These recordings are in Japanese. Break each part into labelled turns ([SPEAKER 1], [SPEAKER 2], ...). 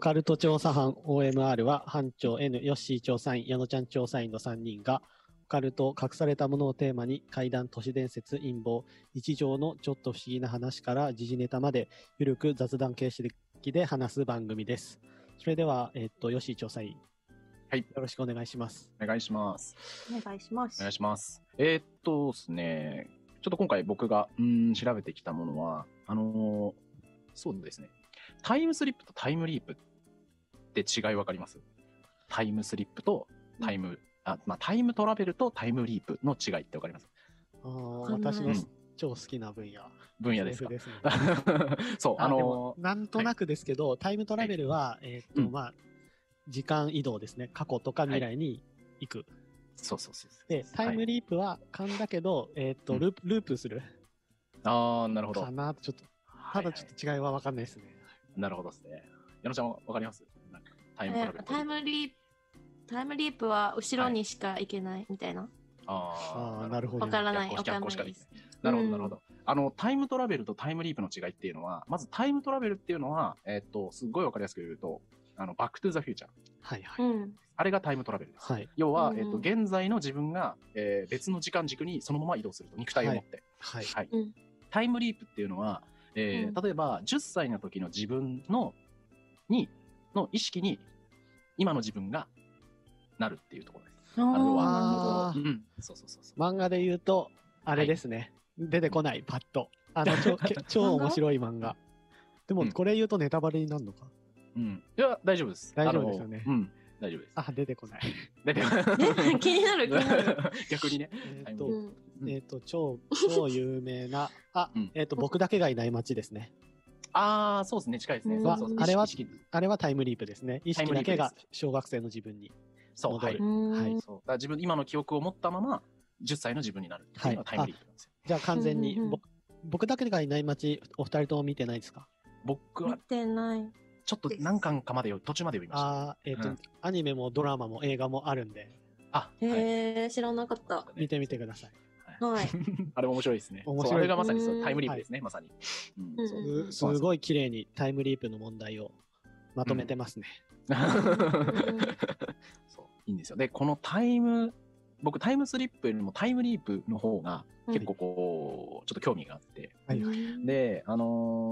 [SPEAKER 1] カルト調査班 OMR は班長 N、ヨッシー調査員、矢野ちゃん調査員の3人がオカルト隠されたものをテーマに怪談、都市伝説、陰謀、日常のちょっと不思議な話から時事ネタまでゆるく雑談形式で話す番組です。それでは、えっと、ヨッシー調査員。
[SPEAKER 2] はい
[SPEAKER 1] よろしくお願いします。
[SPEAKER 2] お願いします。
[SPEAKER 3] お願いしま
[SPEAKER 2] お
[SPEAKER 3] す。
[SPEAKER 2] 願いします。えーっとですね、ちょっと今回僕がうーん調べてきたものは、あのーそうですね、タイムスリップとタイムリープって違いわかりますタイムスリップとタイム、あまあ、タイムトラベルとタイムリープの違いってわかります
[SPEAKER 1] あー
[SPEAKER 3] かんない
[SPEAKER 1] 私の超好きな分野。
[SPEAKER 2] 分野ですか
[SPEAKER 1] SF ね
[SPEAKER 2] そう、あ
[SPEAKER 1] あで
[SPEAKER 2] の
[SPEAKER 1] もなんとなくですけど、タイムトラベルは、えーっと、
[SPEAKER 2] うん
[SPEAKER 1] まあ、時間移動ですね。過去とか未来に行く。
[SPEAKER 2] ーそうそうそうそう。
[SPEAKER 1] で、タイムリープは勘だけど、えーっと、
[SPEAKER 2] うん
[SPEAKER 1] ループ、ループする
[SPEAKER 2] ああ、なるほど。
[SPEAKER 1] かなちょっと、
[SPEAKER 2] は
[SPEAKER 1] た
[SPEAKER 2] いは
[SPEAKER 1] だ
[SPEAKER 2] い
[SPEAKER 1] ちょっと違いはわかんないですね。
[SPEAKER 2] なるほどですね。矢野ちゃんわかりますなんかタイムトラベル
[SPEAKER 3] え。タイムリープ、タイムリープは後ろにしか行けないみたいな。
[SPEAKER 2] あ
[SPEAKER 1] あ
[SPEAKER 2] あ
[SPEAKER 1] あ、なる
[SPEAKER 2] ほど
[SPEAKER 1] ほど。
[SPEAKER 3] わからない、わ
[SPEAKER 2] 逆光
[SPEAKER 3] かん
[SPEAKER 2] しか
[SPEAKER 3] ない
[SPEAKER 2] で
[SPEAKER 3] で
[SPEAKER 2] き
[SPEAKER 3] す。
[SPEAKER 2] なるほ
[SPEAKER 3] う
[SPEAKER 2] ど、
[SPEAKER 3] ん
[SPEAKER 2] なるほど。あの、タイムトラベルとタイムリープの違いっていうのは、まずタイムトラベルっていうのは、えっと、すっごいわかりやすく言うと、あの、バックトゥザフューチャー。
[SPEAKER 1] はいは
[SPEAKER 3] う
[SPEAKER 1] い。
[SPEAKER 3] ん。
[SPEAKER 2] あれがタイムトラベルです。
[SPEAKER 1] はい。
[SPEAKER 2] 要は、
[SPEAKER 3] うん
[SPEAKER 2] えっと、現在の自分が、えー別の時間軸にそのまま移動すると、肉体を持って。
[SPEAKER 1] はい。
[SPEAKER 2] はい。
[SPEAKER 3] うん
[SPEAKER 2] タイムリープっていうのは、えー
[SPEAKER 3] う
[SPEAKER 2] 例えば、10歳の時の自分の、に、の意識に、今の自分が、なるっていうところです。
[SPEAKER 3] あーな
[SPEAKER 2] あ
[SPEAKER 3] る
[SPEAKER 2] の
[SPEAKER 3] ほど。
[SPEAKER 1] あー
[SPEAKER 2] うん。そうそうそうそう。
[SPEAKER 1] 漫画で言うと、あれですね。出てこない、パッと。あの、 超け超面白い漫画。で
[SPEAKER 2] う
[SPEAKER 1] も、
[SPEAKER 2] ん
[SPEAKER 1] これ言うとネタバレになるのか。
[SPEAKER 2] うん。いや、大丈夫です。
[SPEAKER 1] 大丈夫ですよね
[SPEAKER 2] あのうん。大丈夫です。
[SPEAKER 1] あ、出てこない。
[SPEAKER 2] 出て
[SPEAKER 3] 気になる気になる
[SPEAKER 2] 逆にね。
[SPEAKER 1] えーっ
[SPEAKER 2] タイム
[SPEAKER 1] と、
[SPEAKER 3] うん
[SPEAKER 2] うん
[SPEAKER 1] えーっと、超、超有名な、あ
[SPEAKER 2] うん、
[SPEAKER 1] えーっと、僕だけがいない街ですね。
[SPEAKER 2] ああ、そうですね。近いですね。
[SPEAKER 3] うん
[SPEAKER 2] そうそうそう
[SPEAKER 1] あれは
[SPEAKER 2] 意識
[SPEAKER 1] あれはタイムリープですね。意識だけが小学生の自分に。
[SPEAKER 2] そう、はい。
[SPEAKER 1] 戻
[SPEAKER 3] うん
[SPEAKER 1] はい
[SPEAKER 2] そうだから自分、今の記憶を持ったまま、10歳の自分になるっていうのがタイムリープなんですよ。
[SPEAKER 1] じゃあ完全に
[SPEAKER 3] うんうんうん
[SPEAKER 1] 僕、僕だけがいない街、お二人とも見てないですか
[SPEAKER 2] 僕
[SPEAKER 3] 見
[SPEAKER 2] は、
[SPEAKER 3] てない。
[SPEAKER 2] ちょっと何巻かまでよ、途中まで読みました。
[SPEAKER 1] ああ、えっ、と、
[SPEAKER 2] うん
[SPEAKER 1] アニメもドラマも映画もあるんで、
[SPEAKER 2] あ、
[SPEAKER 3] へ
[SPEAKER 2] はい
[SPEAKER 3] えー、知らなかった。
[SPEAKER 1] 見てみてください。
[SPEAKER 3] はい。
[SPEAKER 2] あれ面白いですね。
[SPEAKER 1] 面白い
[SPEAKER 2] そうあれがまさにそう
[SPEAKER 3] うん
[SPEAKER 2] タイムリープですね、まさに。うん
[SPEAKER 3] うん
[SPEAKER 2] そうう
[SPEAKER 1] す
[SPEAKER 2] ん
[SPEAKER 1] すごい綺麗にタイムリープの問題をまとめてますね。
[SPEAKER 3] ん
[SPEAKER 2] そういいんですよ。で、このタイム、僕、タイムスリップよりもタイムリープの方が、結構こう、ちょっと興味があって。
[SPEAKER 1] はいはい。
[SPEAKER 3] い。
[SPEAKER 2] で、あ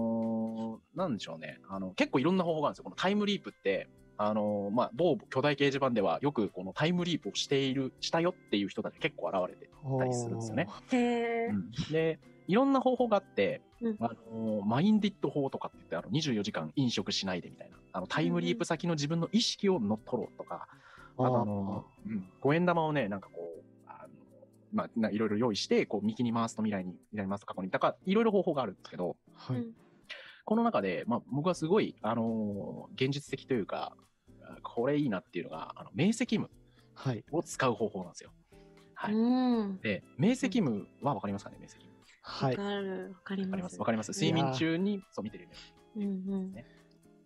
[SPEAKER 2] のーなんでしょうね。あの、結構いろんな方法があるんですよ。このタイムリープって、あのーまあ、某巨大掲示板ではよくこのタイムリープをしている、したよっていう人たちが結構現れてたりするんですよね。
[SPEAKER 3] へー
[SPEAKER 2] で、いろんな方法があって、
[SPEAKER 3] うん
[SPEAKER 2] あのーマインディット法とかって言って、あの、24時間飲食しないでみたいな。あの、タイムリープ先の自分の意識を乗っ取ろうとか、
[SPEAKER 1] あー
[SPEAKER 2] あとあのーうん五円玉をね、なんかこう、あのーまあ、ないろいろ用意して、こう、右に回すと未来に、未来に回すと過去に、だから、いろいろ方法があるんですけど、
[SPEAKER 1] はい
[SPEAKER 3] うん
[SPEAKER 2] この中で、まあ、僕はすごい、あのー現実的というか、あこれいいなっていうのが、あの、明晰夢
[SPEAKER 1] はい。
[SPEAKER 2] を使う方法なんですよ。はい
[SPEAKER 3] うん。
[SPEAKER 2] で、明晰夢はわかりますかね明晰夢。
[SPEAKER 1] は
[SPEAKER 3] わ
[SPEAKER 1] い。
[SPEAKER 3] かる。わかり
[SPEAKER 2] わかり
[SPEAKER 3] ま。
[SPEAKER 2] ますすわかります
[SPEAKER 1] いや
[SPEAKER 2] 睡
[SPEAKER 1] ー
[SPEAKER 2] 眠中に、そう見てる夢。
[SPEAKER 3] うんうん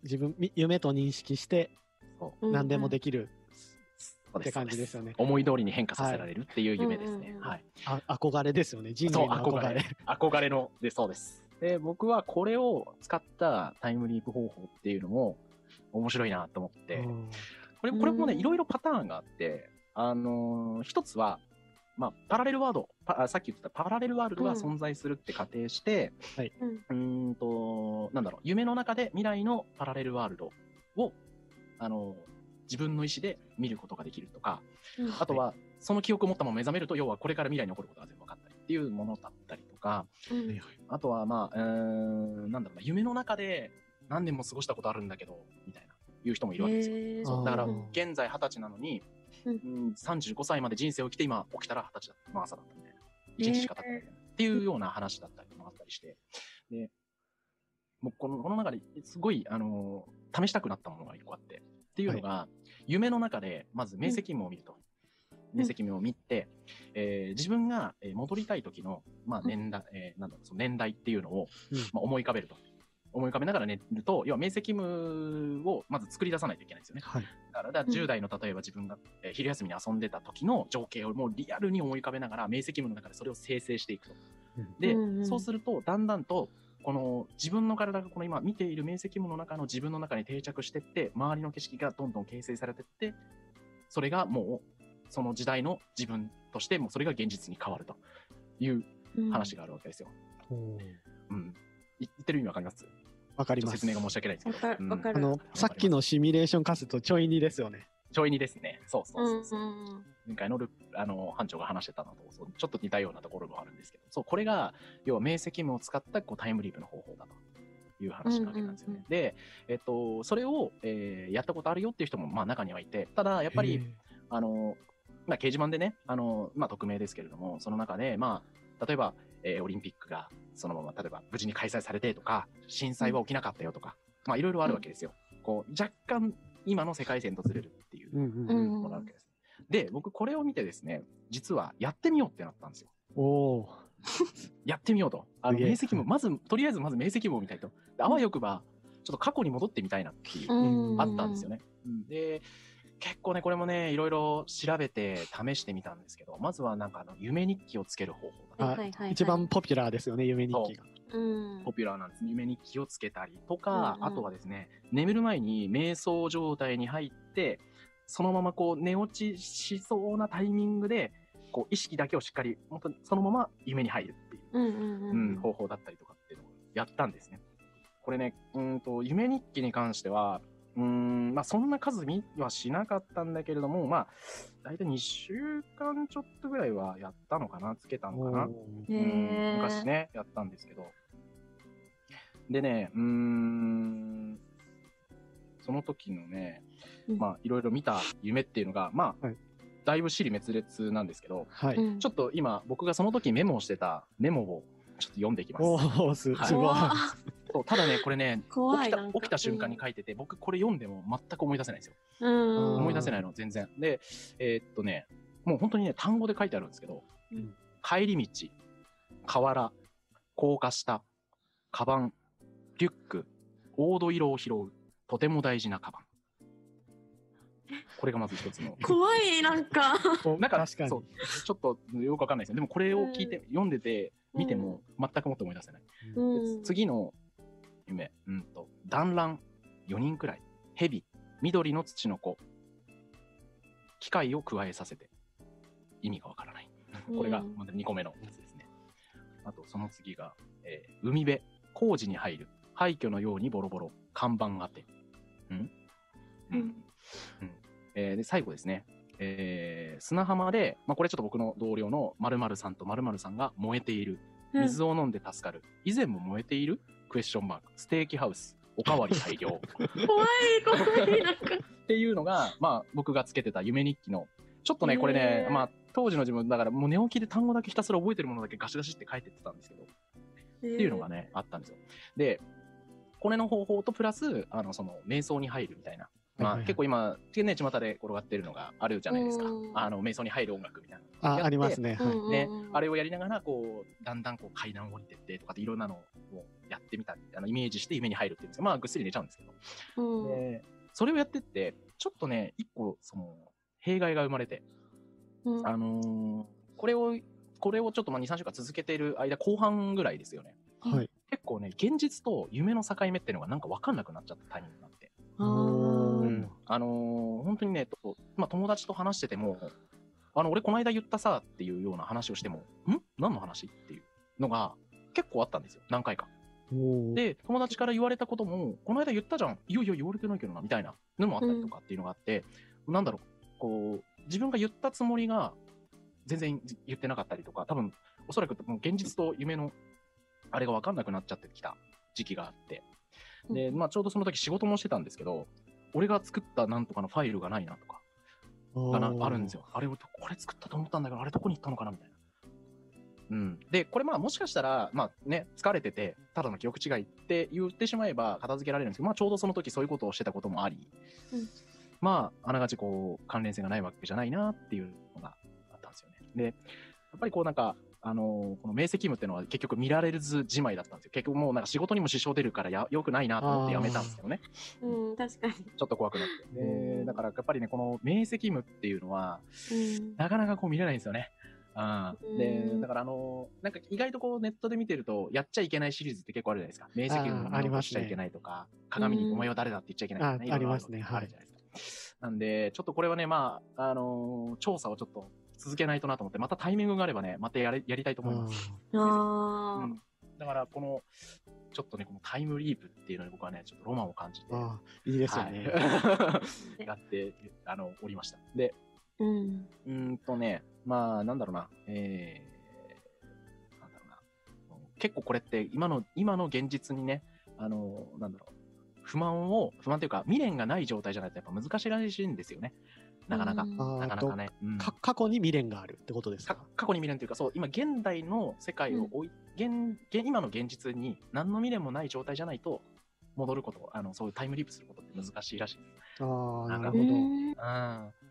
[SPEAKER 1] 自分、み夢と認識して
[SPEAKER 2] そう
[SPEAKER 3] うんうん
[SPEAKER 1] 何でもできる、
[SPEAKER 2] そう
[SPEAKER 1] って感じですよね
[SPEAKER 2] 思い通りに変化させられるっていう夢ですね。
[SPEAKER 3] うんうんうん
[SPEAKER 2] はい。
[SPEAKER 1] あ憧れですよね。人
[SPEAKER 2] そ
[SPEAKER 1] 類
[SPEAKER 2] う、
[SPEAKER 1] の憧
[SPEAKER 2] 憧
[SPEAKER 1] れ。
[SPEAKER 2] れ。憧れの、で、そうです。で、僕はこれを使ったタイムリープ方法っていうのも面白いなと思って、
[SPEAKER 1] うん
[SPEAKER 2] これ、これもね、
[SPEAKER 3] うん
[SPEAKER 2] いろいろパターンがあって、あのー一つは、まあ、パラレルワード、パあさっき言ってたパラレルワールドが存在するって仮定して、
[SPEAKER 3] うん
[SPEAKER 2] うーんと、なんだろう、夢の中で未来のパラレルワールドを、あのー自分の意思で見ることができるとか、
[SPEAKER 3] うん
[SPEAKER 2] あとは、その記憶を持ったまま目覚めると、要はこれから未来に起こることが全部分かったりっていうものだったりとか、
[SPEAKER 3] うん
[SPEAKER 1] はい
[SPEAKER 2] あとは、まあ、うーん、なんだろうな、夢の中で何年も過ごしたことあるんだけど、みたいな、いう人もいるわけですよ。
[SPEAKER 3] へー
[SPEAKER 2] そうだから
[SPEAKER 3] うん、
[SPEAKER 2] 現在二十歳なのに、
[SPEAKER 3] う
[SPEAKER 2] うんん、35歳まで人生を生きて、今起きたら二十歳だった、まあ朝だったみたいな。一日しか経ってないみたいな。っていうような話だったりもあったりして。で、もうこのこの中ですごい、あのー試したくなったものが一個あって。っていうのが、夢の中で、まず明晰夢を見ると。
[SPEAKER 3] ん
[SPEAKER 2] 明晰夢を見て、えー自分がえー戻りたい時の、まあ
[SPEAKER 3] うん
[SPEAKER 2] 年代、えーなんだろう、その年代っていうのを、
[SPEAKER 1] うん
[SPEAKER 2] まあ、思い浮かべると。思い浮かべながら寝ると、要は明晰夢をまず作り出さないといけないんですよね。
[SPEAKER 1] はい。
[SPEAKER 2] だからだから10代の例えば自分がえー昼休みに遊んでた時の情景をもうリアルに思い浮かべながら明晰夢の中でそれを生成していくと。で、
[SPEAKER 3] うんうん
[SPEAKER 2] そうするとだんだんとこの自分の体がこの今見ている明晰夢の中の自分の中に定着してって、周りの景色がどんどん形成されてって、それがもうその時代の自分として、もうそれが現実に変わるという
[SPEAKER 3] うん
[SPEAKER 2] 話があるわけですよ。
[SPEAKER 1] おー
[SPEAKER 2] うん。い言ってる意味わかります
[SPEAKER 1] わかり
[SPEAKER 2] ちょ
[SPEAKER 1] ま
[SPEAKER 2] っと
[SPEAKER 1] す。
[SPEAKER 2] 説明が申し訳ないですけど。
[SPEAKER 3] わかる
[SPEAKER 2] うん
[SPEAKER 3] わか
[SPEAKER 1] あ
[SPEAKER 3] る
[SPEAKER 1] の、さっきのシミュレーションカセットちょいにですよね。
[SPEAKER 2] ちょいにですね。そうそうそうそう
[SPEAKER 3] うんうんうん
[SPEAKER 2] 前回のルあの班長が話してたのとそうちょっと似たようなところもあるんですけど、そう、これが、要は明晰夢を使ったこうタイムリープの方法だという話なわけなんですよね。
[SPEAKER 3] うんうんうん
[SPEAKER 2] で、えっと、それを、えーやったことあるよっていう人も、まあ中にはいて、ただ、やっぱり、あの、まあ、掲示板でね、あの、まあ、匿名ですけれども、その中で、まあ、例えば、えーオリンピックが、そのまま、例えば、無事に開催されてとか、震災は起きなかったよとか、まあ、いろいろあるわけですよ。こう、若干、今の世界線とずれるっていう
[SPEAKER 1] へー。うんうんうん。
[SPEAKER 3] うん
[SPEAKER 2] ものなわけです。で、僕、これを見てですね、実は、やってみようってなったんですよ。
[SPEAKER 1] おお
[SPEAKER 2] やってみようと。あの、
[SPEAKER 1] すげ
[SPEAKER 2] 明
[SPEAKER 1] え
[SPEAKER 2] 晰夢、まず、とりあえず、まず明晰夢を見たいと。であわよくば、ちょっと過去に戻ってみたいなっていう。
[SPEAKER 1] うん
[SPEAKER 2] あったんですよ
[SPEAKER 3] ね。
[SPEAKER 2] ね。で、結構ね、これもね、いろいろ調べて試してみたんですけど、まずはなんかあの、夢日記をつける方法だ
[SPEAKER 1] あ
[SPEAKER 2] ね
[SPEAKER 3] はいはいはい、
[SPEAKER 1] ー。一番ポピュラーですよね、夢日記が。
[SPEAKER 3] うん
[SPEAKER 2] ポピュラーなんです。夢日記をつけたりとか、
[SPEAKER 3] うんう
[SPEAKER 2] あ
[SPEAKER 3] ん
[SPEAKER 2] とはですね、眠る前に瞑想状態に入って、そのままこう寝落ちしそうなタイミングで、こう意識だけをしっかり、本当にそのまま夢に入るっていう。
[SPEAKER 3] うんうんう
[SPEAKER 2] うんん、方法だったりとかっていうのをやったんですね。これね、うーんと、夢日記に関しては、うーん、まあそんな数見はしなかったんだけれども、まあ、大体2週間ちょっとぐらいはやったのかな、つけたのかな。
[SPEAKER 1] おー
[SPEAKER 2] う
[SPEAKER 3] へ
[SPEAKER 2] ん
[SPEAKER 3] ー
[SPEAKER 2] 昔ね、やったんですけど。でね、うーん、その時のね、
[SPEAKER 3] うん
[SPEAKER 2] まあいろいろ見た夢っていうのが、まあ、
[SPEAKER 1] はい
[SPEAKER 2] だいぶ尻滅裂なんですけど、
[SPEAKER 1] はい。
[SPEAKER 3] うん
[SPEAKER 2] ちょっと今、僕がその時メモをしてたメモをちょっと読んでいきます。
[SPEAKER 1] おーす
[SPEAKER 2] はい
[SPEAKER 1] すごい。
[SPEAKER 3] 怖っ
[SPEAKER 2] そうただね、これね、
[SPEAKER 3] 怖
[SPEAKER 2] 起
[SPEAKER 3] い
[SPEAKER 2] きた
[SPEAKER 3] なんか
[SPEAKER 2] 起きた瞬間に書いてて、僕これ読んでも全く思い出せないんですよ。
[SPEAKER 3] うん、
[SPEAKER 2] 思い出せないの、全然。で、えーっとね、もう本当にね、単語で書いてあるんですけど、
[SPEAKER 1] うん
[SPEAKER 2] 帰り道、河原、高架下、カバン、リュック、黄土色を拾う、とても大事なカバン。これがまず一つの。
[SPEAKER 3] 怖いなんか
[SPEAKER 1] お
[SPEAKER 2] なんか
[SPEAKER 1] 確かに
[SPEAKER 2] そ。うちょっとよくわかんないですよ。でもこれを聞いて、読んでて、見ても全くもって思い出せない。で
[SPEAKER 3] うん
[SPEAKER 2] 次の夢、うんと、団らん、4人くらい、蛇、緑の土の子、機械を加えさせて、意味がわからない。これが
[SPEAKER 3] うん
[SPEAKER 2] まだ2個目のやつですね。あと、その次が、えー海辺、工事に入る、廃墟のようにボロボロ、看板当て。うんう
[SPEAKER 3] うん
[SPEAKER 2] ん。うんえーで、最後ですね。えー砂浜で、まあ、これちょっと僕の同僚の〇〇さんと〇〇さんが燃えている水を飲んで助かる。以前も燃えているクエスチョンマーク。ステーキハウス。おかわり大 量。っ
[SPEAKER 3] うん怖い怖いなん か
[SPEAKER 2] ていうのが、まあ、僕がつけてた夢日記の。ちょっとね、これね
[SPEAKER 3] へ、ー
[SPEAKER 2] まあ、当時の自分、だからもう寝起きで単語だけひたすら覚えてるものだけガシガシって書いてってたんですけど、
[SPEAKER 3] って
[SPEAKER 2] っていうのがね、あったんですよ。で、これの方法とプラス、あの、その、瞑想に入るみたいな。ま
[SPEAKER 1] はい
[SPEAKER 2] あ、
[SPEAKER 1] はい
[SPEAKER 2] 結構今、ね、巷で転がってるのがあるじゃないですか
[SPEAKER 3] う。ん
[SPEAKER 2] あの、瞑想に入る音楽みたいな。やっ
[SPEAKER 1] あ、
[SPEAKER 2] て
[SPEAKER 1] ありますね。
[SPEAKER 3] うん
[SPEAKER 1] はい。
[SPEAKER 3] うんうん
[SPEAKER 2] ね、あれをやりながら、こう、だんだんこう階段を降りてってとかっていろんなのをやってみたり、あのイメージして夢に入るっていうんですけどまあ、ぐっすり寝ちゃうんですけど。
[SPEAKER 3] うん
[SPEAKER 2] でそれをやってって、ちょっとね、一個、その、弊害が生まれて、
[SPEAKER 3] うん
[SPEAKER 2] あのーこれを、これをちょっとまあ2、3週間続けてる間、後半ぐらいですよね。
[SPEAKER 1] はい。
[SPEAKER 2] 結構ね、現実と夢の境目っていうのがなんか分かんなくなっちゃったタイミングがあって。
[SPEAKER 3] あ
[SPEAKER 1] う
[SPEAKER 3] ー
[SPEAKER 1] ん
[SPEAKER 2] あのー本当にね、とまあ、友達と話してても、あの、俺この間言ったさっていうような話をしても、ん何の話っていうのが結構あったんですよ。何回か。
[SPEAKER 1] おー
[SPEAKER 2] で、友達から言われたことも、この間言ったじゃん。いやいや言われてないけどな、みたいなのもあったりとかっていうのがあって、なんだろう、こう、自分が言ったつもりが全然言ってなかったりとか、多分、おそらくもう現実と夢のあれが分かんなくなっちゃってきた時期があって。で、まあちょうどその時仕事もしてたんですけど、俺が作ったなんとかのファイルがないなとか、がなあるんです。よ。あれを、これ作ったと思ったんだけど、あれどこに行ったのかなみたいな。うん。で、これまあもしかしたら、まあね、疲れてて、ただの記憶違いって言ってしまえば片付けられるんですけど、まあちょうどその時そういうことをしてたこともあり、
[SPEAKER 3] うん
[SPEAKER 2] まあ、あながちこう、関連性がないわけじゃないなっていうのがあったんですよね。で、やっぱりこうなんか、あのーこの明晰夢っていうのは結局見られずじまいだったんですよ。結局もうなんか仕事にも支障出るからや、良くないなと思ってやめたんですけどね。
[SPEAKER 3] うん確かに
[SPEAKER 2] ちょっと怖くなっ
[SPEAKER 1] う
[SPEAKER 2] て。で
[SPEAKER 1] ん
[SPEAKER 2] だからやっぱりね、この明晰夢っていうのは、
[SPEAKER 3] うん
[SPEAKER 2] なかなかこう見れないんですよね。あ
[SPEAKER 3] うん
[SPEAKER 2] で、だからあの、なんか意外とこうネットで見てると、やっちゃいけないシリーズって結構あるじゃないですか。名跡
[SPEAKER 1] あ
[SPEAKER 2] を
[SPEAKER 1] ーあり
[SPEAKER 2] 残
[SPEAKER 1] ますね
[SPEAKER 2] しちゃいけないとか、鏡にお前は誰だって言っちゃいけない
[SPEAKER 1] あ
[SPEAKER 2] とか、いろいろ
[SPEAKER 1] ありますね
[SPEAKER 2] あるじゃないですか。なんで、ちょっとこれはね、まあ、あのー調査をちょっと続けないとなと思って、またタイミングがあればね、またやりやりたいと思います。
[SPEAKER 3] あ
[SPEAKER 2] う
[SPEAKER 3] ー
[SPEAKER 2] んだから、この、ちょっとね、このタイムリープっていうのに僕はね、ちょっとロマンを感じて、
[SPEAKER 1] ああ、いいですよね。
[SPEAKER 2] はい、 やって、あの、おりました。で、
[SPEAKER 3] うん。
[SPEAKER 2] うーんとね、まあ、なんだろうな、えー、なんだろうな、結構これって今の、今の現実にね、あの、なんだろう、不満を、不満というか、未練がない状態じゃないとやっぱ難しいらしいんですよね。なかなか
[SPEAKER 3] う、ん
[SPEAKER 1] あー
[SPEAKER 2] なかなかね。うん
[SPEAKER 1] か過去に未練があるってことです
[SPEAKER 2] か
[SPEAKER 1] か
[SPEAKER 2] 過去に未練というか、そう、今現代の世界を置い、現現、今の現実に何の未練もない状態じゃないと、戻ること、あの、そういうタイムリープすることって難しいらしいです。
[SPEAKER 1] ああ、なる
[SPEAKER 2] う
[SPEAKER 1] ほど。
[SPEAKER 3] うん
[SPEAKER 2] うん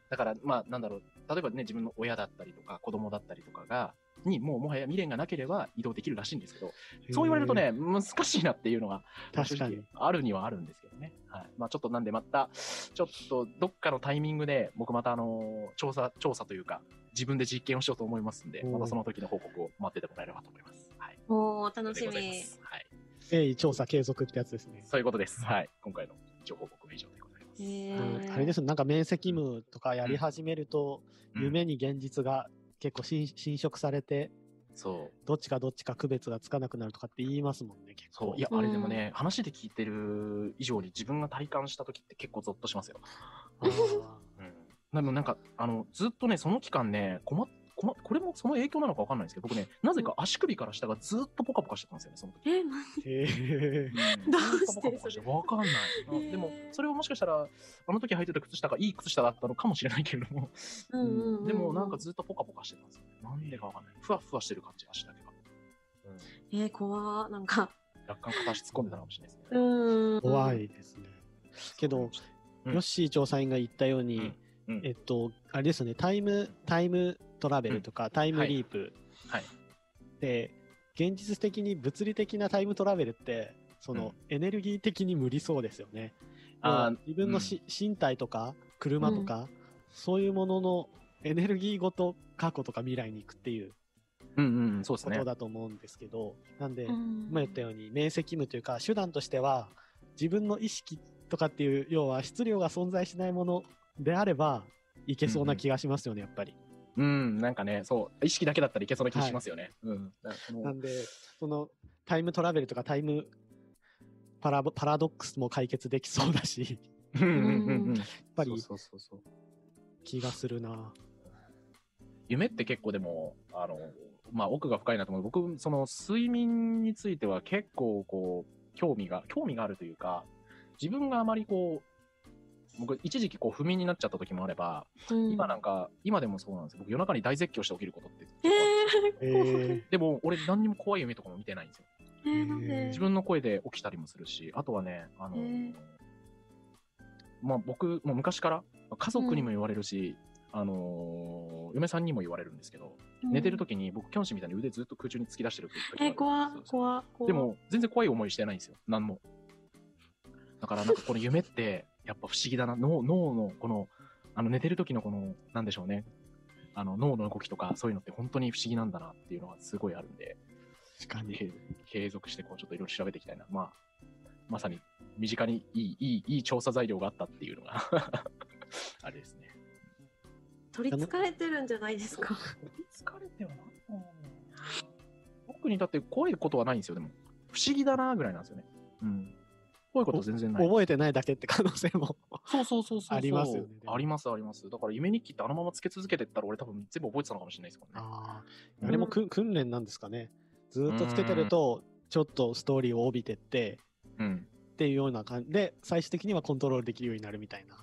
[SPEAKER 2] だから、まあ、なんだろう、例えばね、自分の親だったりとか、子供だったりとかが、にもうもはや未練がなければ移動できるらしいんですけど、そう言われるとね、難しいなっていうのが、
[SPEAKER 1] へー。確か
[SPEAKER 2] 正
[SPEAKER 1] に。
[SPEAKER 2] 直あるにはあるんですけどね。はい。まあ、ちょっとなんで、また、ちょっと、どっかのタイミングで、僕また、あのー、調査、調査というか、自分で実験をしようと思いますんで、
[SPEAKER 1] うん
[SPEAKER 2] またその時の報告を待っててもらえればと思います。はい。
[SPEAKER 3] おー、楽
[SPEAKER 2] で
[SPEAKER 3] し
[SPEAKER 2] ございま
[SPEAKER 3] み。
[SPEAKER 2] すはい。
[SPEAKER 1] 鋭意調査継続ってやつですね。
[SPEAKER 2] そういうことです。はい。今回の情報報告は以上でございます。
[SPEAKER 3] へ
[SPEAKER 1] うん
[SPEAKER 3] ー
[SPEAKER 1] あれですよなんか面積務とかやり始めると、
[SPEAKER 2] うん
[SPEAKER 1] 夢に現実が結構侵侵食されて、
[SPEAKER 2] そう。
[SPEAKER 1] どっちかどっちか区別がつかなくなるとかって言いますもんね、結
[SPEAKER 2] そ
[SPEAKER 1] 構。
[SPEAKER 2] う。いや、
[SPEAKER 3] うん
[SPEAKER 2] あれでもね、話で聞いてる以上に自分が体感した時って結構ゾッとしますよ。
[SPEAKER 1] あー
[SPEAKER 2] うん。でもなんか、あの、ずっとね、その期間ね、困っ、困っ、これもその影響なのかわかんないんですけど、僕ね、なぜか足首から下がずっとポカポカしてたんですよね、その時。
[SPEAKER 3] え、まあ、
[SPEAKER 1] へー
[SPEAKER 2] うん
[SPEAKER 3] どうして
[SPEAKER 2] ずっとポカポカして
[SPEAKER 3] そ
[SPEAKER 2] わかんない。
[SPEAKER 3] へ
[SPEAKER 2] うん
[SPEAKER 3] ー
[SPEAKER 2] でも、それをもしかしたら、あの時履いてた靴下がいい靴下だったのかもしれないけれども、
[SPEAKER 3] うんうんうんうん
[SPEAKER 2] でもなんかずっとポカポカしてたんですよね。なんでかわかんない。ふわふわしてる感じ、足だけが。うん
[SPEAKER 3] えー、怖ーなん か。
[SPEAKER 2] 若干片足突っ込んでたのかもしれないですね。
[SPEAKER 3] うん。
[SPEAKER 1] 怖。いですね。けど、
[SPEAKER 2] うん
[SPEAKER 1] ヨッシー調査員が言ったように、
[SPEAKER 2] うんうん
[SPEAKER 1] えっと、あれですよね、タイム、タイムトラベルとか、タイムリープ、
[SPEAKER 2] はい
[SPEAKER 1] で、現実的に物理的なタイムトラベルって、その、エネルギー的に無理そうですよね。
[SPEAKER 2] あー
[SPEAKER 1] 要は自分のし、身体とか、車とか、そういうもののエネルギーごと過去とか未来に行くっていう
[SPEAKER 2] うんうん、そうです
[SPEAKER 1] こ
[SPEAKER 2] ね
[SPEAKER 1] と。だと思うんですけど、なんで、
[SPEAKER 3] うん
[SPEAKER 1] 今言ったように、明晰夢というか、手段としては、自分の意識とかっていう、要は質量が存在しないものであれば、いけそうな気がしますよね、やっぱり。
[SPEAKER 2] うん、なんかね、そう、意識だけだったらいけそうな気がしますよね。うん。だからその
[SPEAKER 1] なんで、その、タイムトラベルとかタイムパラボパラドックスも解決できそうだし、やっ
[SPEAKER 2] うんうんうんうん。やっ
[SPEAKER 1] ぱり
[SPEAKER 2] そうそうそうそう。
[SPEAKER 1] 気がするな。
[SPEAKER 2] 夢って結構でも、あの、まあ、奥が深いなと思う。僕、その、睡眠については結構、こう、興味が、興味があるというか、自分があまりこう、僕、一時期こう、不眠になっちゃった時もあれば、今なんか、
[SPEAKER 3] か。
[SPEAKER 2] 今でもそうなんですよ。僕、夜中に大絶叫して起きることって。
[SPEAKER 3] え
[SPEAKER 1] えー、
[SPEAKER 2] でも、俺、何にも怖い夢とかも見てないんですよ。
[SPEAKER 3] ー、えー、なんで
[SPEAKER 2] 自分の声で起きたりもするし、あとはね、あの、
[SPEAKER 3] へえ
[SPEAKER 2] まあ僕、もう昔から、家族にも言われるし、あのー嫁さんにも言われるんですけど、寝てる時に僕、キョンシみたいに腕ずっと空中に突き出してる時があ
[SPEAKER 3] え
[SPEAKER 2] る
[SPEAKER 3] ー、怖
[SPEAKER 2] そうそう
[SPEAKER 3] 怖怖
[SPEAKER 2] で、も、全然怖い思いしてないんですよ、何も。だからなんかこの夢って、 やっぱ不思議だな、脳脳のこの、あの寝てる時のこの、なんでしょうね、あの脳の動きとか、そういうのって本当に不思議なんだなっていうのがすごいあるんで、
[SPEAKER 1] 確かに。
[SPEAKER 2] 継継続してこうちょっといろいろ調べていきたいな。まあ、まさに身近にいい、いい、いい調査材料があったっていうのが、あれですね。
[SPEAKER 3] 取り憑かれてるんじゃないですか。
[SPEAKER 2] 疲れてはない僕にだって怖いことはないんですよ、でも。不思議だなぐらいなんですよね。うん。怖いこと全然ない。
[SPEAKER 1] 覚えてないだけって可能性も。
[SPEAKER 2] そうそうそうそうそう。
[SPEAKER 1] ありますよねでも
[SPEAKER 2] ありますあります。だから夢日記ってあのままつけ続けてったら俺多分全部覚えてたのかもしれないですからね。
[SPEAKER 1] あー
[SPEAKER 2] うん
[SPEAKER 1] あれもく、訓練なんですかね。ずーっとつけてると、ちょっとストーリーを帯びてって、
[SPEAKER 2] うん。
[SPEAKER 1] っていうような感じで、最終的にはコントロールできるようになるみたいな。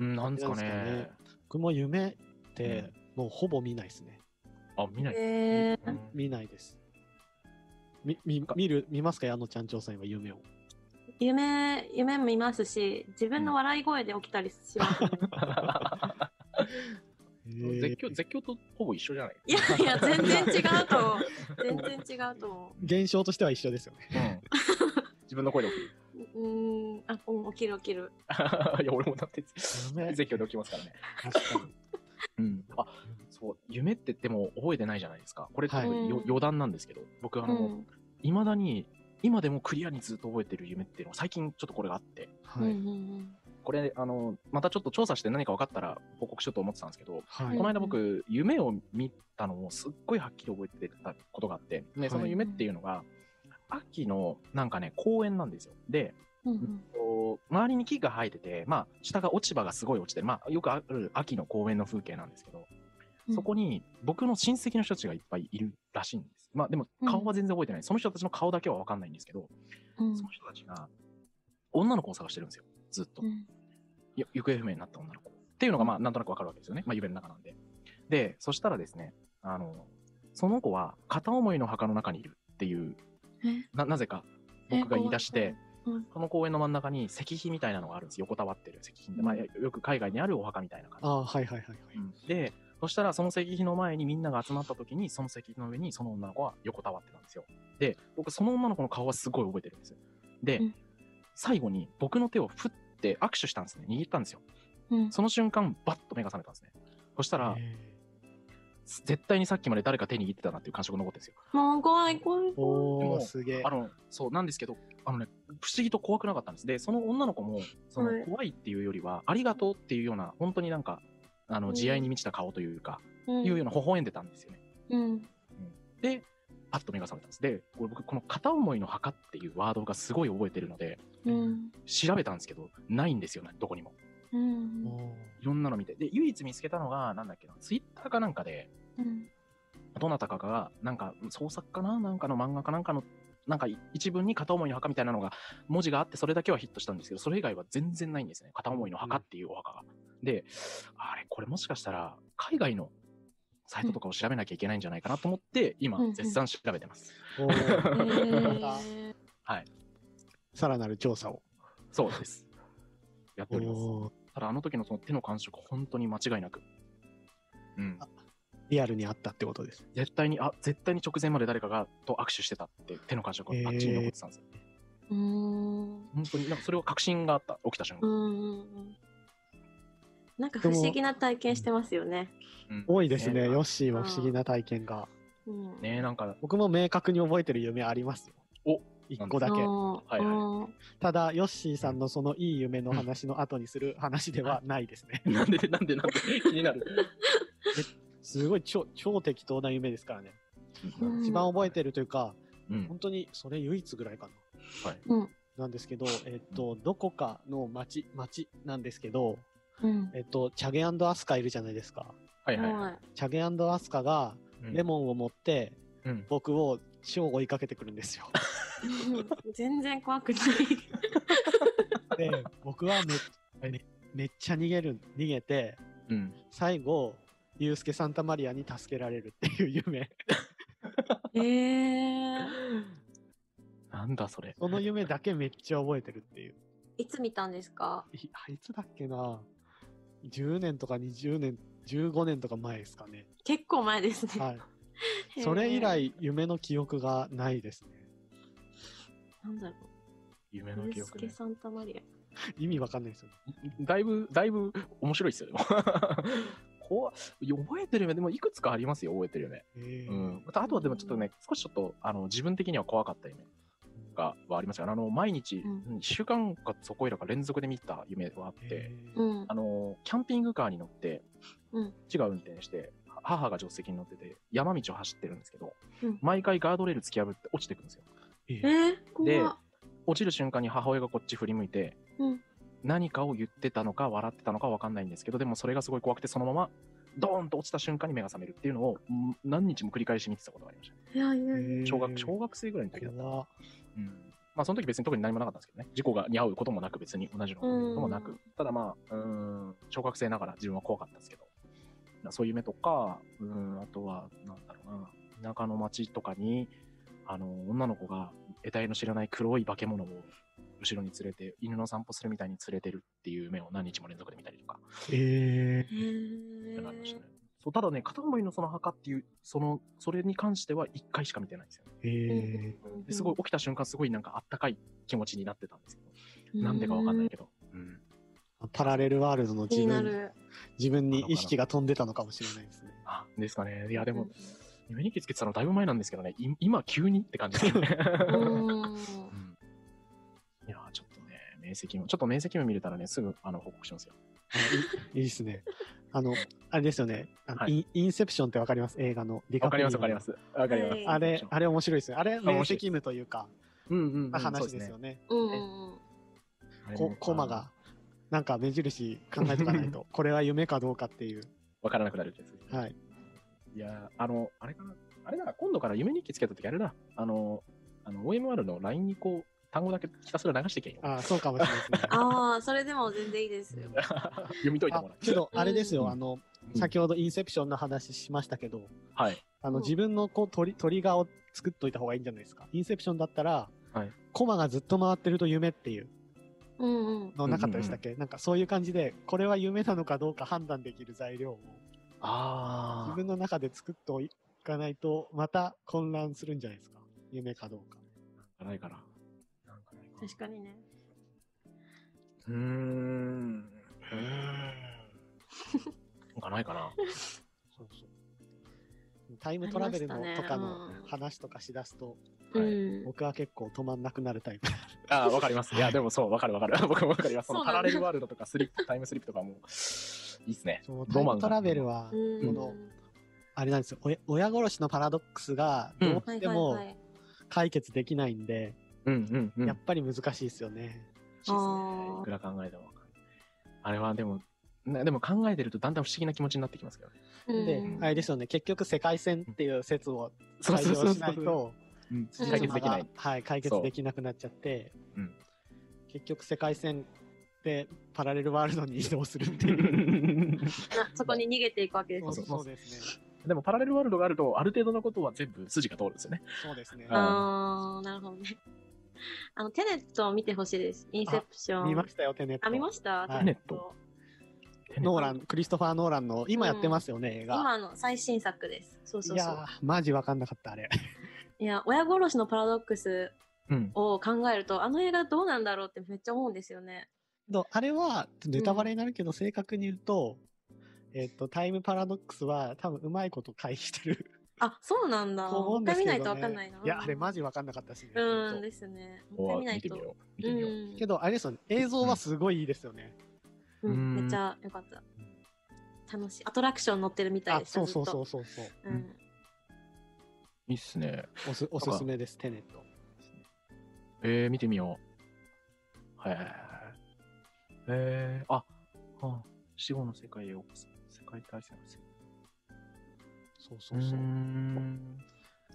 [SPEAKER 2] うん、なんですか
[SPEAKER 1] なんですか
[SPEAKER 2] ね
[SPEAKER 1] ね。僕も夢っ
[SPEAKER 2] う
[SPEAKER 1] て
[SPEAKER 2] ん、
[SPEAKER 1] もうほぼ見ないですね。
[SPEAKER 2] あ、見ない。
[SPEAKER 3] え
[SPEAKER 2] うん
[SPEAKER 1] 見ないです。み、み、見る、見ますか矢野ちゃん調査員は夢を。
[SPEAKER 3] ー、夢夢見ますし、自分の笑い声で起きたりします、 ね。
[SPEAKER 2] 絶叫、絶叫とほぼ一緒じゃない
[SPEAKER 3] いやいや、全然違う と思う。全然違うと思
[SPEAKER 1] 現象としては一緒ですよね。
[SPEAKER 2] 自分の声で起きる。
[SPEAKER 3] う。うーん、あ、うん、起きる起きる。
[SPEAKER 2] いや、俺もだって、
[SPEAKER 1] 夢
[SPEAKER 2] 絶叫で起きますからね。
[SPEAKER 1] 確かに。
[SPEAKER 2] うん、あそう夢ってでも覚えてないじゃないですかこれちょっとよ、
[SPEAKER 3] はい
[SPEAKER 2] 余談なんですけど僕あの
[SPEAKER 3] ん
[SPEAKER 2] いま、未だに今でもクリアにずっと覚えてる夢っていうのは最近ちょっとこれがあって
[SPEAKER 1] はい。
[SPEAKER 3] うんうん
[SPEAKER 2] これあのまたちょっと調査して何か分かったら報告しようと思ってたんですけど、
[SPEAKER 1] は
[SPEAKER 3] うん
[SPEAKER 1] い。
[SPEAKER 2] この間僕夢を見たのをすっごいはっきり覚えてたことがあって
[SPEAKER 1] は
[SPEAKER 2] で
[SPEAKER 1] い
[SPEAKER 2] その夢っていうのが秋のなんかね公園なんですよで
[SPEAKER 3] うんうん
[SPEAKER 2] こう周りに木が生えてて、まあ、下が落ち葉がすごい落ちてる、まあ、よくある秋の公園の風景なんですけど、
[SPEAKER 3] うん
[SPEAKER 2] そこに僕の親戚の人たちがいっぱいいるらしいんです。まあ、でも顔は全然覚えてない、その人たちの顔だけは分かんないんですけど、
[SPEAKER 3] うん
[SPEAKER 2] その人たちが女の子を探してるんですよ、ずっと。
[SPEAKER 3] うん
[SPEAKER 2] よ行方不明になった女の子。っていうのが、まあ、なんとなくわかるわけですよね。まあ、夢の中なんで。で、そしたらですね、あの、その子は片思いの墓の中にいるっていう、
[SPEAKER 3] え
[SPEAKER 2] な、なぜか僕が言い出して、
[SPEAKER 3] 怖いうん
[SPEAKER 2] この公園の真ん中に石碑みたいなのがあるんですよ。横たわってる石碑。まあ、よよく海外にあるお墓みたいな感じ
[SPEAKER 1] あ。あ、はいはいはいはい。
[SPEAKER 2] で、そしたらその石碑の前にみんなが集まった時に、その石碑の上にその女の子は横たわってたんですよ。で、僕その女の子の顔はすごい覚えてるんですよ。で、
[SPEAKER 3] うん
[SPEAKER 2] 最後に僕の手を振って握手したんですね。握ったんですよ。
[SPEAKER 3] うん
[SPEAKER 2] その瞬間、バッと目が覚めたんですね。そしたら、
[SPEAKER 1] え
[SPEAKER 2] 絶対にさっきまで誰か手握ってたなっていう感触が残ってるんですよ。
[SPEAKER 3] もう怖い怖い
[SPEAKER 1] ー
[SPEAKER 3] 怖い
[SPEAKER 1] お
[SPEAKER 2] でも
[SPEAKER 1] ー、すげえ
[SPEAKER 2] あ。の、そう、なんですけど、あのね、不思議と怖くなかったんです。で、その女の子も、そ
[SPEAKER 3] は
[SPEAKER 2] の
[SPEAKER 3] い
[SPEAKER 2] 怖いっていうよりは、ありがとうっていうような、本当になんか、あの、
[SPEAKER 3] うん
[SPEAKER 2] 慈愛に満ちた顔というか、
[SPEAKER 3] うん
[SPEAKER 2] いうような、微笑んでたんですよね。
[SPEAKER 3] うん
[SPEAKER 2] で、パッと目が覚めたんです。で、これ僕、この片思いの墓っていうワードがすごい覚えてるので、
[SPEAKER 3] うん
[SPEAKER 2] 調べたんですけど、ないんですよね、どこにも。
[SPEAKER 3] うん
[SPEAKER 1] おー
[SPEAKER 2] いろんなの見て。で、唯一見つけたのが、なんだっけな、ツイッターかなんかで、
[SPEAKER 3] うん
[SPEAKER 2] どなたかが、なんか創作かななんかの漫画かなんかの、なんか一文に片思いの墓みたいなのが、文字があって、それだけはヒットしたんですけど、それ以外は全然ないんですね。片思いの墓っていうお墓が。で、あれ、これもしかしたら、海外のサイトとかを調べなきゃいけないんじゃないかなと思って、今
[SPEAKER 3] うんう、ん
[SPEAKER 2] 絶賛調べてます。
[SPEAKER 1] おー
[SPEAKER 3] え ー
[SPEAKER 1] さらなる調査を。
[SPEAKER 2] そうです。やっております。
[SPEAKER 1] おー
[SPEAKER 2] ただ、あの時のその手の感触、本当に間違いなく。うん。
[SPEAKER 1] リアルにあったってことです。
[SPEAKER 2] 絶対に、あ、絶対に直前まで誰かが、と握手してたって、手の感触があっちに残ってたんですよ。
[SPEAKER 3] うーん
[SPEAKER 2] 本当に、なんかそれは確信があった、起きた瞬
[SPEAKER 3] う
[SPEAKER 2] 間。
[SPEAKER 3] んうんうんなんか不思議な体験してますよね。
[SPEAKER 2] うん
[SPEAKER 1] 多いですね。
[SPEAKER 2] ね
[SPEAKER 1] ヨッシーも不思議な体験が。
[SPEAKER 3] うん
[SPEAKER 2] ねなんか、
[SPEAKER 1] 僕も明確に覚えてる夢ありますよ。
[SPEAKER 2] お
[SPEAKER 1] 一個だけ。
[SPEAKER 3] はい
[SPEAKER 2] はい
[SPEAKER 1] ただ、ヨッシーさんのそのいい夢の話の後にする話ではないですね。
[SPEAKER 2] なん で、なんで、なんで、気になる。
[SPEAKER 1] すごい超超適当な夢ですからね。
[SPEAKER 3] うん
[SPEAKER 1] 一番覚えてるというか、
[SPEAKER 2] うん。
[SPEAKER 1] 本当にそれ唯一ぐらいかな。
[SPEAKER 2] はい。
[SPEAKER 3] うん
[SPEAKER 1] なんですけど、えっと、どこかの町、町なんですけど、
[SPEAKER 3] うん
[SPEAKER 1] えっと、チャゲアスカいるじゃないですか。
[SPEAKER 2] はいはいは
[SPEAKER 3] はい
[SPEAKER 1] チャゲアスカが
[SPEAKER 2] い。
[SPEAKER 1] レモンを持って、
[SPEAKER 2] うん、
[SPEAKER 1] 僕を死を追いかけてくるんです よ。
[SPEAKER 3] 全然怖くない。
[SPEAKER 1] で、僕はめめめっちゃ逃げる、逃げて、
[SPEAKER 2] うん。
[SPEAKER 1] 最後、ユうスケ・サンタマリアに助けられるっていう 夢。
[SPEAKER 3] ええ
[SPEAKER 2] なんだそれ。
[SPEAKER 1] その夢だけめっちゃ覚えてるっていう。
[SPEAKER 3] いつ見たんですか。
[SPEAKER 1] いあいつだっけな ?10 年とか20年、15年とか前ですかね。
[SPEAKER 3] 結構前ですね。
[SPEAKER 1] はい。それ以来、夢の記憶がないですね。
[SPEAKER 3] えー。なんだろ
[SPEAKER 2] 夢
[SPEAKER 3] う。
[SPEAKER 2] の記
[SPEAKER 3] ユース
[SPEAKER 2] 憶
[SPEAKER 3] ケ
[SPEAKER 2] ね。
[SPEAKER 3] サンタマリア。
[SPEAKER 1] 意味わかんないですよね。
[SPEAKER 2] だいぶ、だいぶ面白いですよ、でも 怖っ覚えてる夢、でもいくつかありますよ、覚えてる夢。
[SPEAKER 1] えー
[SPEAKER 2] うん。あとはでもちょっとね、少しちょっと、あの、自分的には怖かった夢が、はありますが、あの、毎日、
[SPEAKER 3] うん
[SPEAKER 2] うん一週間かそこいらか連続で見た夢はあって、
[SPEAKER 1] えー
[SPEAKER 3] うん
[SPEAKER 2] あ。のキャンピングカーに乗って、
[SPEAKER 3] うん
[SPEAKER 2] 父が運転しては母が助手席に乗ってて山道を走ってるんですけど、
[SPEAKER 3] うん
[SPEAKER 2] 毎回ガードレール突き破って落ちてくんですよ
[SPEAKER 1] え
[SPEAKER 3] え
[SPEAKER 1] ー
[SPEAKER 3] ー、
[SPEAKER 2] で
[SPEAKER 3] 怖っ。
[SPEAKER 2] 落ちる瞬間に母親がこっち振り向いて
[SPEAKER 3] うん。
[SPEAKER 2] 何かを言ってたのか笑ってたのか分かんないんですけどでもそれがすごい怖くてそのままドーンと落ちた瞬間に目が覚めるっていうのをうん何日も繰り返し見てたことがありましたね
[SPEAKER 3] いやいやいや。
[SPEAKER 1] えー
[SPEAKER 2] 小学小学生ぐらいの時だった、
[SPEAKER 1] 怖っ
[SPEAKER 2] うんまあその時別に特に何もなかったんですけどね事故がに遭うこともなく別に同じのこともなく、
[SPEAKER 3] うん
[SPEAKER 2] ただまあうーん小学生ながら自分は怖かったんですけどまあそういう夢とかうーんあとはなんだろうな田舎の町とかにあの女の子が得体の知らない黒い化け物を後ろに連れて犬の散歩するみたいに連れてるっていう夢を何日も連続で見たりとか
[SPEAKER 1] え
[SPEAKER 3] え
[SPEAKER 2] っていうのがありました
[SPEAKER 3] ー
[SPEAKER 2] ね。そうただね片思いのその墓っていうそのそれに関しては1回しか見てないんですよね、
[SPEAKER 1] ーえ
[SPEAKER 3] うん
[SPEAKER 2] ですごい起きた瞬間すごいなんかあったかい気持ちになってたんですけどなんでかわかんないけど。うん。
[SPEAKER 1] ーパラレルワールドの
[SPEAKER 3] 気
[SPEAKER 1] 自
[SPEAKER 3] にな
[SPEAKER 1] 分
[SPEAKER 3] る。
[SPEAKER 1] 自分に意識が飛んでたのかもしれないですね。
[SPEAKER 2] あですかね。いや、でも
[SPEAKER 3] う、
[SPEAKER 2] 夢日記つけてたのだいぶ前なんですけどね、い今急にって感じですね。
[SPEAKER 3] ーん。
[SPEAKER 2] うんいやー、ちょっとね、明晰夢、ちょっと明晰夢見れたらね、すぐあの報告しますよ。
[SPEAKER 1] あいいいですね。あの、あれですよね。あの
[SPEAKER 2] はい
[SPEAKER 1] インインセプションってわかります映画の。ディカ
[SPEAKER 2] わ
[SPEAKER 1] プ
[SPEAKER 2] か
[SPEAKER 1] リ
[SPEAKER 2] り
[SPEAKER 1] オ
[SPEAKER 2] ま
[SPEAKER 1] の
[SPEAKER 2] す、わかります。わかります。
[SPEAKER 3] はい
[SPEAKER 1] あれ、あれ面白いですね。あれ、明
[SPEAKER 2] 面白
[SPEAKER 1] 晰
[SPEAKER 2] いです
[SPEAKER 1] 夢というか、
[SPEAKER 2] うんうんうん、
[SPEAKER 1] な話ですよね。
[SPEAKER 3] うんう
[SPEAKER 2] そ
[SPEAKER 3] ん
[SPEAKER 2] うですね。
[SPEAKER 1] こコマが、なんか目印考えとかないと、これは夢かどうかっていう。
[SPEAKER 2] わからなくなるやつですね。
[SPEAKER 1] はい。
[SPEAKER 2] いやー、あの、あれかな、あれだ、今度から夢日記つけたときあれだ、あの、あの OMR の LINE にこう、単語だけひたすら流してけんよ。
[SPEAKER 1] ああ、そうかもしれないです ね。
[SPEAKER 3] ああ、それでも全然いいですよ。
[SPEAKER 2] 読み解いて
[SPEAKER 1] あ
[SPEAKER 2] もらう。
[SPEAKER 1] けど、あれです
[SPEAKER 2] うん
[SPEAKER 1] よ。あの、
[SPEAKER 2] うん
[SPEAKER 1] 先ほどインセプションの話しましたけど、
[SPEAKER 2] はい。
[SPEAKER 1] あの、
[SPEAKER 3] うん
[SPEAKER 1] 自分のこうトリトリガーを作っといた方がいいんじゃないですか。インセプションだったら、
[SPEAKER 2] はい
[SPEAKER 1] コマがずっと回ってると夢っていう
[SPEAKER 3] うんうん。
[SPEAKER 1] のなかったでしたっけ、なんかそういう感じで、これは夢なのかどうか判断できる材料を
[SPEAKER 2] あ
[SPEAKER 1] 自分の中で作っておかないと、また混乱するんじゃないですか。夢かどうか。
[SPEAKER 2] あ。ないかな。なんかないかな
[SPEAKER 3] 確かにね。
[SPEAKER 2] うーん。うーん。なんかないかな。
[SPEAKER 1] そうそう。タイムトラベルの
[SPEAKER 3] ありま
[SPEAKER 1] と
[SPEAKER 3] したね
[SPEAKER 1] か
[SPEAKER 3] う
[SPEAKER 1] の
[SPEAKER 3] ん
[SPEAKER 1] 話とかしだすと、
[SPEAKER 2] はい
[SPEAKER 3] うん。
[SPEAKER 1] 僕は結構止まんなくなるタイプ。
[SPEAKER 2] ああ、わかります。いや、でもそう、わかるわかる。 僕もわかります。その
[SPEAKER 3] そう
[SPEAKER 2] パ
[SPEAKER 3] なん
[SPEAKER 2] ラ
[SPEAKER 3] だ
[SPEAKER 2] レルワールドとかスリップ、タイムスリップとかも、いいっすね。
[SPEAKER 1] そうタ
[SPEAKER 2] ロ
[SPEAKER 1] イ
[SPEAKER 2] マ
[SPEAKER 1] ム
[SPEAKER 2] ンが
[SPEAKER 1] トラベルは、こ
[SPEAKER 3] うん
[SPEAKER 1] の、あれなんですよ。おや親殺しのパラドックスが、
[SPEAKER 2] うん
[SPEAKER 1] どう
[SPEAKER 3] はい
[SPEAKER 1] して
[SPEAKER 3] はい
[SPEAKER 1] も
[SPEAKER 3] はい。
[SPEAKER 1] 解決できないんで、
[SPEAKER 2] うんうんうん。
[SPEAKER 1] やっぱり難しいですよね。
[SPEAKER 2] しいっす
[SPEAKER 3] あ
[SPEAKER 2] ね。
[SPEAKER 3] ー
[SPEAKER 2] いくら考えてもわかる。あれはでも、ねでも考えてるとだんだん不思議な気持ちになってきますけどね。
[SPEAKER 1] で
[SPEAKER 3] う、ん
[SPEAKER 1] あれですよね、結局世界線っていう説を採用しないと、
[SPEAKER 2] うん
[SPEAKER 3] そう
[SPEAKER 2] 解決できな い
[SPEAKER 1] 辻褄が。はい、解決できなくなっちゃって、
[SPEAKER 2] そううん
[SPEAKER 1] 結局世界線でパラレルワールドに移動するっていう。
[SPEAKER 3] なそこに逃げていくわけで
[SPEAKER 1] そ
[SPEAKER 3] すね
[SPEAKER 1] う
[SPEAKER 2] そう
[SPEAKER 1] そうですね。
[SPEAKER 2] でもパラレルワールドがあると、ある程度のことは全部筋が通るんですよね。
[SPEAKER 1] そうですね。
[SPEAKER 2] あ
[SPEAKER 3] あー、なるほどね。あの、テネットを見てほしいです。インセプション。
[SPEAKER 1] 見ましたよ、テネット。
[SPEAKER 3] あ、見ました
[SPEAKER 1] はい
[SPEAKER 2] テネット。
[SPEAKER 1] ノーラン、クリストファー・ノーランの、今やってますよね、映画。
[SPEAKER 3] 今の最新作です。そうそ
[SPEAKER 1] いう
[SPEAKER 3] そ
[SPEAKER 1] や
[SPEAKER 3] う。
[SPEAKER 1] ー、マジわかんなかった、あれ。
[SPEAKER 3] いや、親殺しのパラドックス
[SPEAKER 2] うん。
[SPEAKER 3] を考えると、あの映画どうなんだろうってめっちゃ思うんですよね。
[SPEAKER 1] どあれは、ネタバレになるけど、正確に言うと、えっと、タイムパラドックスは、多分うまいこと回避して る。
[SPEAKER 3] あ、そうなんだ。
[SPEAKER 1] と思う
[SPEAKER 3] もうん一
[SPEAKER 1] で
[SPEAKER 3] 回
[SPEAKER 1] すけ
[SPEAKER 3] 見
[SPEAKER 1] ど、ね。
[SPEAKER 3] ないとわかんないな。
[SPEAKER 1] いや、あれマジわかんなかったしね。
[SPEAKER 3] うん
[SPEAKER 1] ほんと
[SPEAKER 3] ですね。もう一回
[SPEAKER 2] お
[SPEAKER 3] 見ない
[SPEAKER 2] 見て
[SPEAKER 3] と
[SPEAKER 2] み。よう。見
[SPEAKER 3] う
[SPEAKER 2] てみよう。
[SPEAKER 3] ん
[SPEAKER 1] けど、あれですよね、映像はすごいいいですよね。
[SPEAKER 2] ん
[SPEAKER 3] うん。めっちゃ良かった。楽しい。アトラクション乗ってるみたい
[SPEAKER 1] あ、
[SPEAKER 3] でした。
[SPEAKER 1] そうそう
[SPEAKER 3] ず
[SPEAKER 1] そ
[SPEAKER 3] っと
[SPEAKER 1] うそうそう。
[SPEAKER 3] うん。
[SPEAKER 2] いいっすね。
[SPEAKER 1] おすおすすめです、テネット。
[SPEAKER 2] えー、見てみよう。へえ。えー、あ、はあ、死後の世界へようこそ。世界大戦の世界。
[SPEAKER 1] そうそうそう
[SPEAKER 2] ー。ん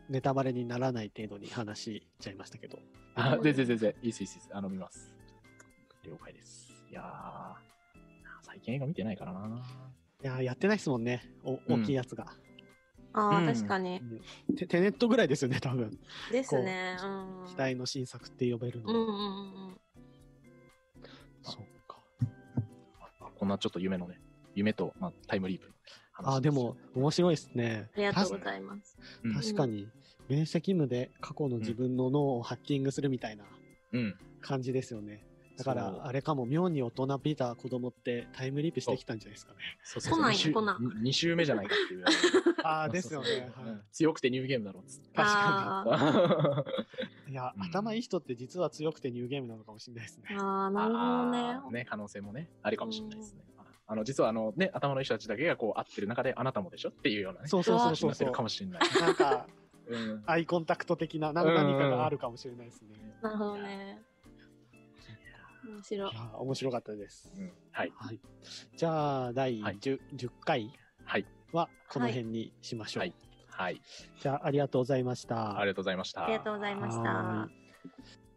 [SPEAKER 1] ネタバレにならない程度に話しちゃいましたけど。
[SPEAKER 2] あ、全然全然。いいっす、いいっすいいっす。あの、見ます。了解です。いやー、最近映画見てないからな。
[SPEAKER 1] いやー、やってないですもんね。お
[SPEAKER 2] うん
[SPEAKER 1] 大きいやつが、
[SPEAKER 3] あ
[SPEAKER 2] うん
[SPEAKER 3] あ、確かに。
[SPEAKER 1] テ。テネットぐらいですよね、多分。
[SPEAKER 3] ですね。うん。
[SPEAKER 1] 期待の新作って呼べるの。
[SPEAKER 3] うんうんうんうん。
[SPEAKER 1] そうか。
[SPEAKER 2] あこんなちょっと夢のね、夢と、まあ、タイムリープの話
[SPEAKER 1] あ、でも、面白いですね。
[SPEAKER 3] ありがとうご
[SPEAKER 1] た
[SPEAKER 3] ざいます。
[SPEAKER 2] うん
[SPEAKER 1] 確かに、明晰夢で過去の自分の脳をハッキングするみたいな
[SPEAKER 2] うん。
[SPEAKER 1] 感じですよね。だか
[SPEAKER 2] そう
[SPEAKER 1] ら、あれかも、妙に大人びた子供ってタイムリープしてきたんじゃないです かね。
[SPEAKER 2] そう
[SPEAKER 3] 来ない来ない
[SPEAKER 2] 2週目じゃないかっていう。
[SPEAKER 1] あ
[SPEAKER 2] あ
[SPEAKER 1] あ、ですよね。はい
[SPEAKER 2] 強くてニューゲームだろうっつって。
[SPEAKER 1] 確
[SPEAKER 3] あー
[SPEAKER 2] かに。
[SPEAKER 1] いや、
[SPEAKER 2] うん
[SPEAKER 1] 頭いい人って実は強くてニューゲームなのかもしれないですね。
[SPEAKER 3] ああ、なる
[SPEAKER 2] あ
[SPEAKER 3] ほ
[SPEAKER 2] ー
[SPEAKER 3] どね。
[SPEAKER 2] ね、可能性もね、あるかもしれないですね。あの、実はあの、ね、頭のいい人たちだけがこう、合ってる中で、あなたもでしょっていうようなね、
[SPEAKER 1] そうそうそう
[SPEAKER 2] 話に
[SPEAKER 1] そう
[SPEAKER 2] なって
[SPEAKER 1] そ
[SPEAKER 2] る
[SPEAKER 1] う
[SPEAKER 2] か。もしれない。
[SPEAKER 1] なんか、
[SPEAKER 2] うん
[SPEAKER 1] アイコンタクト的な、なん
[SPEAKER 2] うん
[SPEAKER 1] か何かがあるかもしれないですね。
[SPEAKER 3] なるほどね。面白い
[SPEAKER 1] い。や、面白かったです。
[SPEAKER 2] うんはい。
[SPEAKER 1] はい。じゃあ、第 10,、
[SPEAKER 2] はい
[SPEAKER 1] 10回
[SPEAKER 2] はい。
[SPEAKER 1] はこの辺にしましょう。
[SPEAKER 2] はいはい。
[SPEAKER 1] じゃあ、ありがとうございました。
[SPEAKER 2] ありがとうございました。
[SPEAKER 3] ありがとうございました
[SPEAKER 1] はーい。